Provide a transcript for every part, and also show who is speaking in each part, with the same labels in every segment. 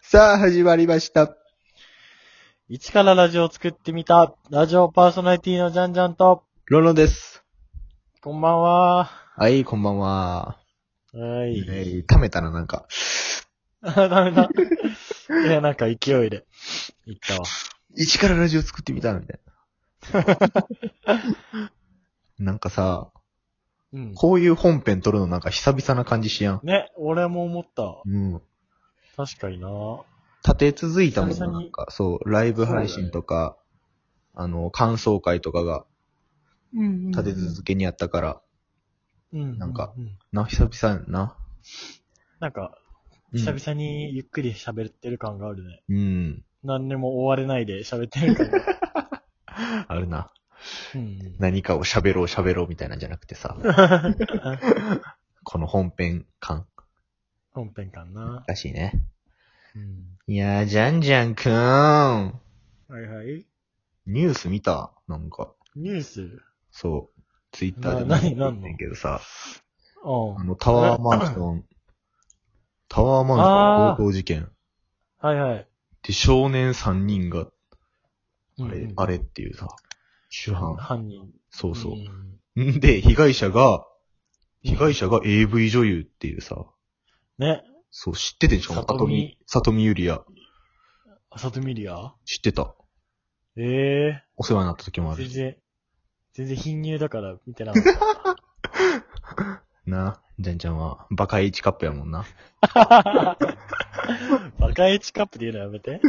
Speaker 1: さあ、始まりました。
Speaker 2: 一からラジオを作ってみた、ラジオパーソナリティのジャンジャンと、
Speaker 1: ロロです。
Speaker 2: こんばんは。
Speaker 1: はい、こんばんは。
Speaker 2: は
Speaker 1: え
Speaker 2: い。
Speaker 1: ー、溜めたらなんか、
Speaker 2: あ、ダメだ。いや、なんか勢いで、いったわ。
Speaker 1: 一からラジオ作ってみたみたい な。なんかさ、
Speaker 2: うん。
Speaker 1: こういう本編撮るのなんか久々な感じしやん。
Speaker 2: ね、俺も思った。
Speaker 1: うん。
Speaker 2: 確かにな。
Speaker 1: 立て続いたもん
Speaker 2: 久
Speaker 1: な、
Speaker 2: 々
Speaker 1: な
Speaker 2: に
Speaker 1: んか、そう、ライブ配信とか、あの、感想会とかが
Speaker 2: うん
Speaker 1: 立て続けにやったから、
Speaker 2: うん。
Speaker 1: なんか
Speaker 2: う。
Speaker 1: な、久々やんな。
Speaker 2: なんか、
Speaker 1: うん
Speaker 2: 久々にゆっくり喋ってる感があるね。
Speaker 1: うん。
Speaker 2: 何でも終われないで喋ってる 感が。
Speaker 1: あるな。
Speaker 2: うん。
Speaker 1: 何かを喋ろう喋ろうみたいなんじゃなくてさ、 この本編感
Speaker 2: 本編感な。
Speaker 1: らしいね。
Speaker 2: うん。
Speaker 1: いやー、じゃんじゃんくーん。
Speaker 2: はいはい。
Speaker 1: ニュース見たなんか、
Speaker 2: ニュース
Speaker 1: そう。ツイッターで
Speaker 2: な何何の
Speaker 1: ねんけどさ、
Speaker 2: うん
Speaker 1: あ。の、タワーマンショ ン、タワーマンション強盗事件。
Speaker 2: はいはい。
Speaker 1: で、少年3人が、あ
Speaker 2: うんう
Speaker 1: れ
Speaker 2: ん、
Speaker 1: あれっていうさ、主犯。
Speaker 2: 犯人。
Speaker 1: そうそ
Speaker 2: ん
Speaker 1: う。んで、被害者が、被害者が AV 女優っていうさ、
Speaker 2: ね。
Speaker 1: そう、知っててんしかも、
Speaker 2: 里
Speaker 1: 里
Speaker 2: 見
Speaker 1: 見、里見ゆりや、
Speaker 2: あさとみりや
Speaker 1: 知ってた。
Speaker 2: ええ
Speaker 1: お世話になった時もある
Speaker 2: 全
Speaker 1: し。
Speaker 2: 然、全然貧乳だから見てなかっ
Speaker 1: な、じゃんちゃんは、バカイチカップやもんな。
Speaker 2: た。 バカエチカップで言うのやめて。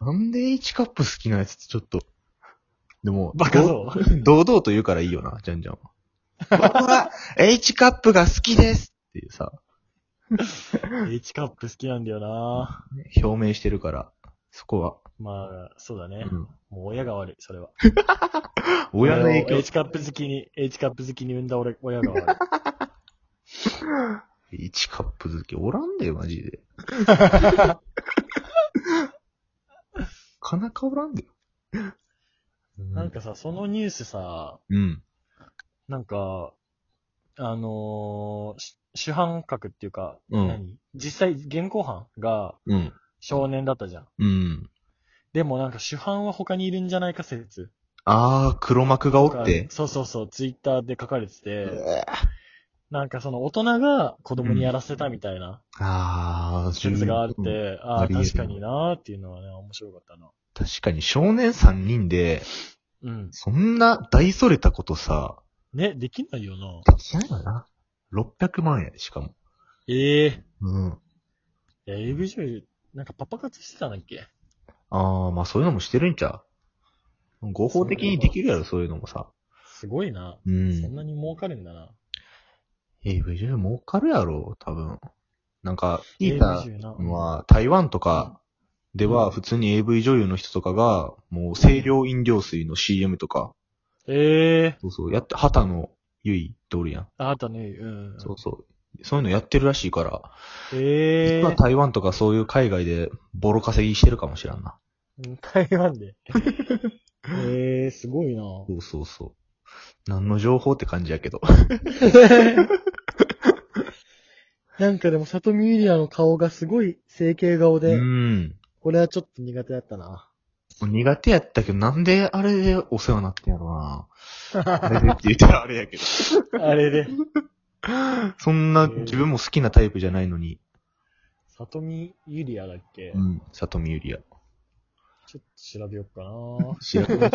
Speaker 1: なんで H カップ好きなやつってちょっと。でも、。
Speaker 2: バカそう
Speaker 1: 堂々と言うからいいよな、じゃんじゃんは。僕は H カップが好きですっていうさ、
Speaker 2: H カップ好きなんだよな
Speaker 1: 表明してるから、そこは。
Speaker 2: まあ、そうだ
Speaker 1: う
Speaker 2: ね。
Speaker 1: ん、
Speaker 2: もう親が悪い、それは。
Speaker 1: 親の影
Speaker 2: 俺を
Speaker 1: 響。
Speaker 2: H カップ好きに、H カップ好きに産んだ俺、親が悪
Speaker 1: H カップ好きおらんだよ、マジ で。かなかおらんだよ。う
Speaker 2: い。なんかさ、そのニュースさ、
Speaker 1: うん。
Speaker 2: なんか、あのーし主犯格っていうか、
Speaker 1: うん
Speaker 2: 何実際、現行犯が
Speaker 1: うん。
Speaker 2: 少年だったじゃん。
Speaker 1: うん。
Speaker 2: でもなんか主犯は他にいるんじゃないか説。
Speaker 1: あー、黒幕がおって。
Speaker 2: そうそうそう、ツイッターで書かれて
Speaker 1: う
Speaker 2: て、
Speaker 1: わ
Speaker 2: なんかその大人が子供にやらせたみたいな
Speaker 1: あー、
Speaker 2: 説があって、
Speaker 1: うん
Speaker 2: あ
Speaker 1: あ
Speaker 2: あ、
Speaker 1: りえる
Speaker 2: 確かになーっていうのはね、面白かったな。
Speaker 1: 確かに少年3人で、
Speaker 2: うん。
Speaker 1: そんな大それたことさ、
Speaker 2: ね、できないよな。
Speaker 1: できないよな。600万円、しかも。
Speaker 2: ええ
Speaker 1: うん。
Speaker 2: いや、AV 女優、なんかパパ活してたんだっけ
Speaker 1: ああ、まあそういうのもしてるんちゃう合法的にできるやろ、そういうのもさ。
Speaker 2: すごいな。
Speaker 1: う
Speaker 2: そん
Speaker 1: ん。
Speaker 2: なに儲かるんだな。
Speaker 1: AV 女優儲かるやろ、多分。なんか、聞い
Speaker 2: AV
Speaker 1: た
Speaker 2: 女優な。
Speaker 1: のは、台湾とかで
Speaker 2: う
Speaker 1: は
Speaker 2: ん
Speaker 1: 普通に AV 女優の人とかが、もう清涼飲料水の CM とか、
Speaker 2: ええ
Speaker 1: そうそう、やって、畑野ゆいっておるやん。
Speaker 2: ああとね、うん。
Speaker 1: そうそう。そういうのやってるらしいから、
Speaker 2: ええ
Speaker 1: 実は台湾とかそういう海外でボロ稼ぎしてるかもしらんな。
Speaker 2: うん台湾 で。ええすごいな。
Speaker 1: そうそうそう。何の情報って感じやけど。
Speaker 2: なんかでも、里見ゆりアの顔がすごい整形顔
Speaker 1: う
Speaker 2: で、
Speaker 1: ん。
Speaker 2: これはちょっと苦手だったな。
Speaker 1: 苦手やったけど、なんであれでお世話になってんやろな。あれでって言ったらあれやけど。
Speaker 2: あれで。
Speaker 1: そんな自分も好きなタイプじゃないのに。
Speaker 2: 里見ゆりアだっけ、
Speaker 1: うん。里見ゆりや。
Speaker 2: ちょっと調べよっかな。
Speaker 1: 調べる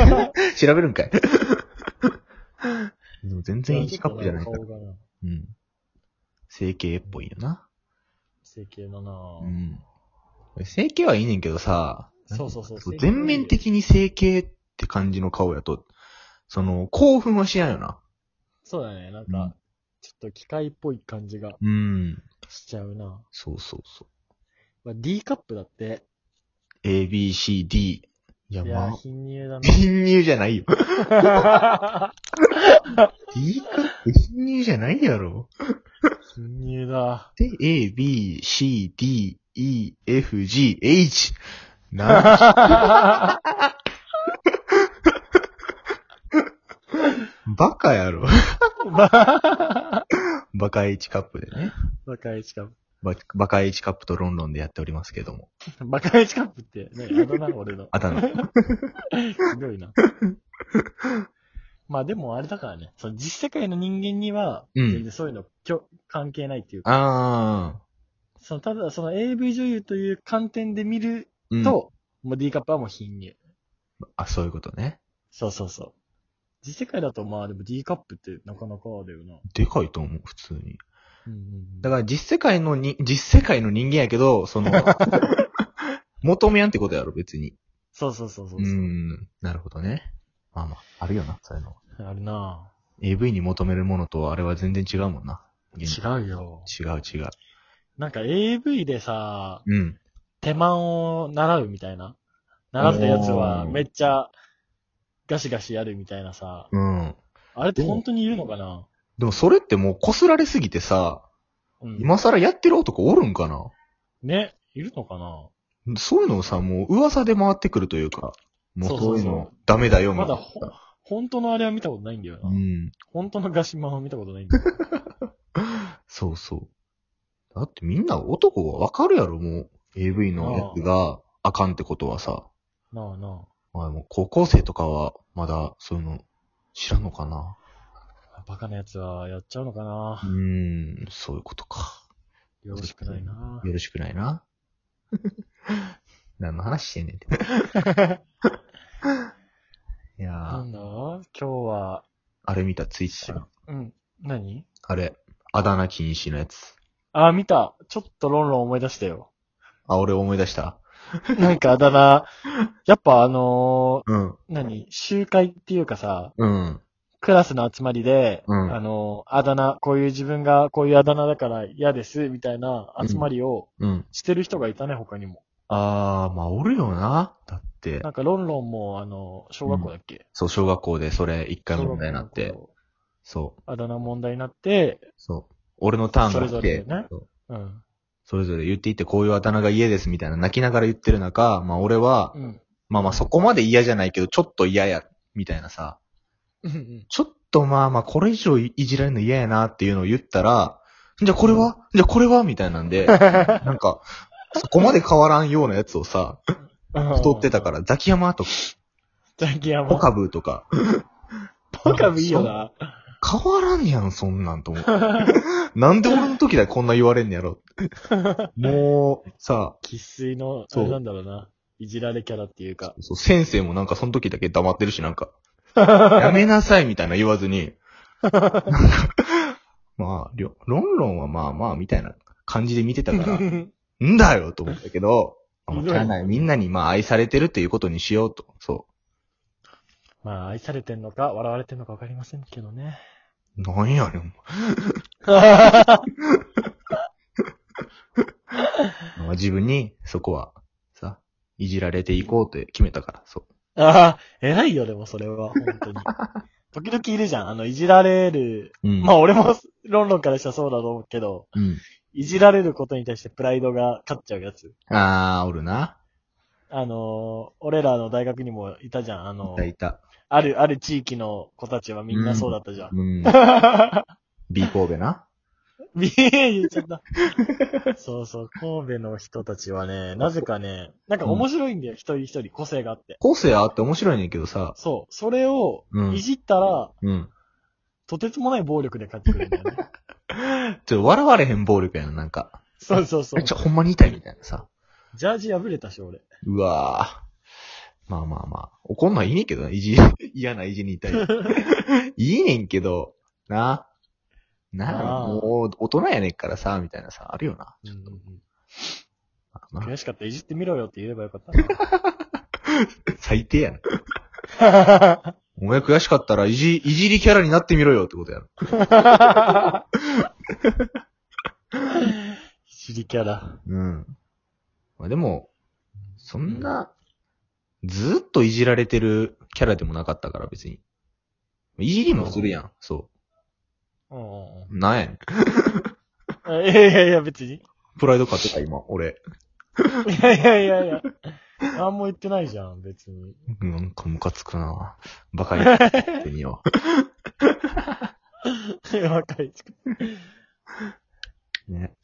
Speaker 1: 調べるん かい。でも全然一カップじゃないか
Speaker 2: ちょ
Speaker 1: ら
Speaker 2: っ。と顔がな、
Speaker 1: うん。整形っぽいよな。
Speaker 2: 整形だな、
Speaker 1: うん。整形はいいねんけどさ、
Speaker 2: そうそうそう
Speaker 1: そう
Speaker 2: 整形
Speaker 1: 全面的に整形って感じの顔やと、その、興奮はしないよな。
Speaker 2: そうだね、なんか、
Speaker 1: うん
Speaker 2: ちょっと機械っぽい感じが
Speaker 1: うん。
Speaker 2: しちゃうな。
Speaker 1: そうそうそう。
Speaker 2: まあ、D カップだって。
Speaker 1: A, B, C, D。いや、
Speaker 2: いや
Speaker 1: ま
Speaker 2: ー、
Speaker 1: あ、
Speaker 2: 貧乳 だ
Speaker 1: 貧乳じゃないよ。
Speaker 2: な。
Speaker 1: D カップ貧乳じゃないやろ。
Speaker 2: 貧乳だ。
Speaker 1: で、A, B, C, D, E, F, G, H。な、バカやろ。バカ H カップでね。
Speaker 2: 若いしかも。
Speaker 1: ババカ H カップとロンロンでやっておりますけども。
Speaker 2: バカイチカップって、ね、あだ名俺の。
Speaker 1: あだ 名。
Speaker 2: ひどいな。まあでもあれだからね、その実世界の人間には、
Speaker 1: うん
Speaker 2: 全然そういうの、きょ関係ないっていうか、
Speaker 1: ああ。
Speaker 2: そのただその AV 女優という観点で見る
Speaker 1: うん、
Speaker 2: と、もう D カップはもう貧乳。
Speaker 1: あ、そういうことね。
Speaker 2: そうそうそう。実世界だとまあでも D カップってなかなかだよな。
Speaker 1: でかいと思う、普通に。
Speaker 2: うんうんうん
Speaker 1: だから実世界のに、実世界の人間やけど、そ の、求めやんってことやろ、別に。
Speaker 2: そうそうそうそう
Speaker 1: う
Speaker 2: そう、
Speaker 1: ん。なるほどね。まあまあ、あるよな、そういうの。
Speaker 2: あるな
Speaker 1: AV に求めるものとあれは全然違うもんな。現
Speaker 2: ぁ違うよ。
Speaker 1: 違う違う。
Speaker 2: なんか AV でさ、
Speaker 1: うん。
Speaker 2: 手間を習うみたいな。習ったやつは
Speaker 1: おー
Speaker 2: めっちゃガシガシやるみたいなさ。
Speaker 1: うん。
Speaker 2: あれって本当にいるのかな
Speaker 1: でもそれってもう擦られすぎてさ、
Speaker 2: うん。
Speaker 1: 今更やってる男おるんかな
Speaker 2: ね、いるのかな
Speaker 1: そういうのをさ、もう噂で回ってくるというか、もう
Speaker 2: そ
Speaker 1: そう
Speaker 2: そうそう
Speaker 1: ういうのダメだよ、みた
Speaker 2: ま
Speaker 1: い
Speaker 2: だ
Speaker 1: な
Speaker 2: ほ、本当のあれは見たことないんだよな。
Speaker 1: うん。
Speaker 2: 本当のガシマンは見たことないんだよ。
Speaker 1: そうそう。だってみんな男はわかるやろ、もう。AV のやつがあかんってことはさ。
Speaker 2: なあな
Speaker 1: まあもう高校生とかはまだそういうの知らんのかな。
Speaker 2: あ。バカなやつはやっちゃうのかな
Speaker 1: うーん、そういうことか。
Speaker 2: よろしくないな
Speaker 1: よろしくないな。 何の話してんねんって。 いや
Speaker 2: な
Speaker 1: ー、
Speaker 2: んだ今日は、
Speaker 1: あれ見た、ツイッター。
Speaker 2: うん。何
Speaker 1: あれ、あだ名禁止のやつ。
Speaker 2: あ、見た。ちょっとロンロン思い出したよ。
Speaker 1: あ、俺思い出した。
Speaker 2: なんかあだ名、やっぱあの
Speaker 1: うん。
Speaker 2: ー何集会っていうかさ、
Speaker 1: うん。
Speaker 2: クラスの集まりで、
Speaker 1: うん
Speaker 2: あのーあだ名、こういう自分がこういうあだ名だから嫌です、みたいな集まりを
Speaker 1: うん。
Speaker 2: してる人がいたね、他にも。
Speaker 1: あー、まあ、おるよな。だって
Speaker 2: な、んかロンロンも、あのー小学校だっけ、
Speaker 1: そう、小学校でそれ一回問題になっ
Speaker 2: 小
Speaker 1: て
Speaker 2: 学、校の頃
Speaker 1: そう、
Speaker 2: あだ名問題になって、
Speaker 1: そう。俺のターンが
Speaker 2: そ
Speaker 1: 来
Speaker 2: れぞれ
Speaker 1: て、
Speaker 2: ね
Speaker 1: そう
Speaker 2: うん。
Speaker 1: それぞれ言っていって、こういうあだ名が嫌ですみたいな泣きながら言ってる中、まあ俺は、
Speaker 2: うん。
Speaker 1: まあまあそこまで嫌じゃないけど、ちょっと嫌や、みたいなさ、
Speaker 2: うん。。
Speaker 1: ちょっとまあまあこれ以上いじられるの嫌やなっていうのを言ったら、じゃあこれはじゃあこれはみたいなんで、なんか、そこまで変わらんようなやつをさ、太ってたから ら、ザキヤマとか、
Speaker 2: ザキヤマ。
Speaker 1: ポカブとか、
Speaker 2: ポカブいいよな。
Speaker 1: 変わらんやん、そんなんと思う。なんで俺の時だけこんな言われんねやろ。もう、さ、
Speaker 2: 喫水の、あ
Speaker 1: そう
Speaker 2: れなんだろうな。いじられキャラっていうか。
Speaker 1: そう先生もなんかその時だけ黙ってるし、なんか、 やめなさいみたいな言わずに、 まあ、りょロンロンはまあまあみたいな感じで見てたか ら、んだよと思ったけど、
Speaker 2: ひ
Speaker 1: ま
Speaker 2: ど
Speaker 1: あ
Speaker 2: い
Speaker 1: しゃあないみんなにまあ愛されてるっていうことにしようと。そ
Speaker 2: まあ、愛されてんのか、笑われてんのかわかりませんけ どね。
Speaker 1: う。なんやねん。まあ、自分にそこは、さ、いじられていこうって決めたから、そう。
Speaker 2: ああ、偉いよ、でもそれは、本 当に。時々いるじゃん。あの、いじられる。
Speaker 1: うん。
Speaker 2: まあ、俺も、ロンロンからしたらそうだろうけど、
Speaker 1: うん。
Speaker 2: いじられることに対してプライドが勝っちゃうやつ。
Speaker 1: あー、おるな。
Speaker 2: あのー俺らの大学にもいたじゃん。あの
Speaker 1: いたいた。
Speaker 2: ある、ある地域の子たちはみんなそうだったじゃん。
Speaker 1: うん。B 神戸な。
Speaker 2: 見え、言っち ゃった。そうそう、神戸の人たちはね、なぜかね、なんか面白いんだよ、一人一人、個性があって。
Speaker 1: 個性あって面白いねんけどさ。
Speaker 2: そう、それを
Speaker 1: う、ん
Speaker 2: いじったら、
Speaker 1: うん。
Speaker 2: とてつもない暴力で勝ってくるんだよね。
Speaker 1: ちょ、笑われへん暴力やな、なんか。
Speaker 2: そうそうそ
Speaker 1: え、
Speaker 2: う。
Speaker 1: ちょ、ほんまに痛いみたいなさ。
Speaker 2: ジャージ破れたし、俺。
Speaker 1: うわぁ。まあまあまあ。怒んのはいいねんけどな、いじ、 嫌ないじにいたり。いいねんけど、な。な
Speaker 2: あ
Speaker 1: あ、
Speaker 2: あ
Speaker 1: もう、大人やねんからさ、みたいなさ、あるよな。
Speaker 2: うんうん
Speaker 1: ま
Speaker 2: うん
Speaker 1: あ
Speaker 2: 悔しかった、いじってみろよって言えばよかったな。
Speaker 1: 最低やな。お前悔しかったら、いじ、いじりキャラになってみろよってことやろ。
Speaker 2: いじりキャラ。
Speaker 1: うん。まあでも、そんな、ずーっといじられてるキャラでもなかったから別に。いじりもするやん、そ
Speaker 2: うんうんうん
Speaker 1: う。なんやねん。
Speaker 2: えいやいやいや、別に。い
Speaker 1: プライド買ってた今、俺。
Speaker 2: やいやいやいや。何も言ってないじゃん、別に。
Speaker 1: なんかムカつくなバカにってみよ
Speaker 2: 若い。
Speaker 1: う。ね。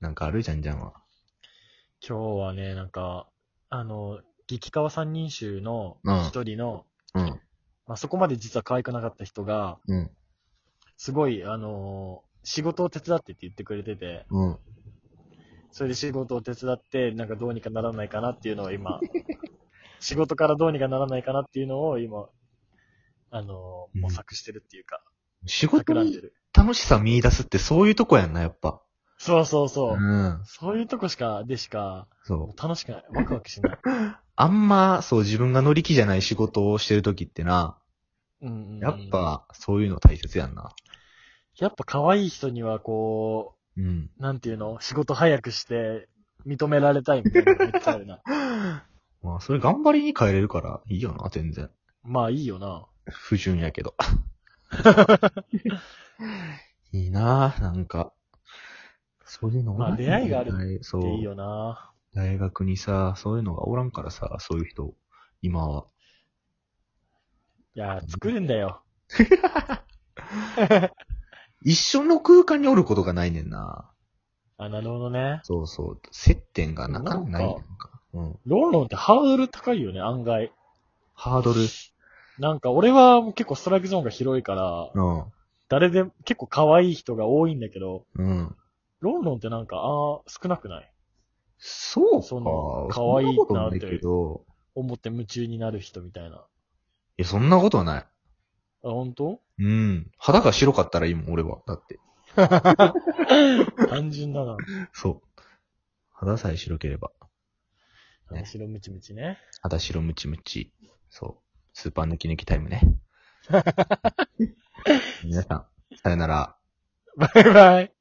Speaker 1: なんかあるじゃんじゃんは。
Speaker 2: 今日はね、なんか、あの、激川三人衆の
Speaker 1: うん
Speaker 2: 一人の、
Speaker 1: うん。
Speaker 2: まあ、そこまで実は可愛くなかった人が、
Speaker 1: うん。
Speaker 2: すごい、あのー仕事を手伝ってって言ってくれてて、
Speaker 1: うん。
Speaker 2: それで仕事を手伝って、なんかどうにかならないかなっていうの を今、仕事からどうにかならないかなっていうのを今、あのー
Speaker 1: うん
Speaker 2: 模索してるっていうか、
Speaker 1: 仕事
Speaker 2: 企んで
Speaker 1: に
Speaker 2: る。
Speaker 1: 楽しさ見出すってそういうとこやんな、やっぱ。
Speaker 2: そうそうそ
Speaker 1: う
Speaker 2: う。
Speaker 1: ん。
Speaker 2: そういうとこしか、でしか、
Speaker 1: そう。
Speaker 2: 楽しくない。ワクワクしない。
Speaker 1: あんま、そう、自分が乗り気じゃない仕事をしてるときってな、
Speaker 2: うんうんうん
Speaker 1: やっ。ぱ、そういうの大切やんな。
Speaker 2: やっぱ可愛い人にはこ
Speaker 1: うん。
Speaker 2: う、なんていうの仕事早くして、認められたいみたいなのがめっちゃあるな。
Speaker 1: まあ、それ頑張りに変えれるから、いいよな、全然。
Speaker 2: まあいいよな。
Speaker 1: 不純やけ ど。いいなぁ、なんか。そういうのおらん
Speaker 2: まあ出会いがある
Speaker 1: る。そう。
Speaker 2: でいいよな。
Speaker 1: 大学にさ、そういうのがおらんからさ、そういう人、今は。
Speaker 2: いやー、作るんだよ。
Speaker 1: 一緒の空間におることがないねんな。
Speaker 2: あ、なるほどね。
Speaker 1: そうそう。接点がなか
Speaker 2: なんか
Speaker 1: ないやんか。うん。
Speaker 2: ロンロンってハードル高いよね、案外。
Speaker 1: ハードル。
Speaker 2: なんか俺は結構ストライクゾーンが広いから、誰で、結構可愛い人が多いんだけど、
Speaker 1: うん。うん。
Speaker 2: ロンロンってなんか、あー少なくない
Speaker 1: そうか。
Speaker 2: その可愛いなって
Speaker 1: そんなことないけど。
Speaker 2: 思って夢中になる人みたいな。あ、
Speaker 1: いや、そんなことはない。
Speaker 2: 本当？
Speaker 1: うん。肌が白かったらいいもん、俺は。だって。
Speaker 2: 単純だ な。
Speaker 1: そう。肌さえ白ければ。ね
Speaker 2: 白ムチムチね。
Speaker 1: 肌白ムチムチ。そう。スーパー抜き抜きタイム ね。皆さん、さよなら。
Speaker 2: バイバイ。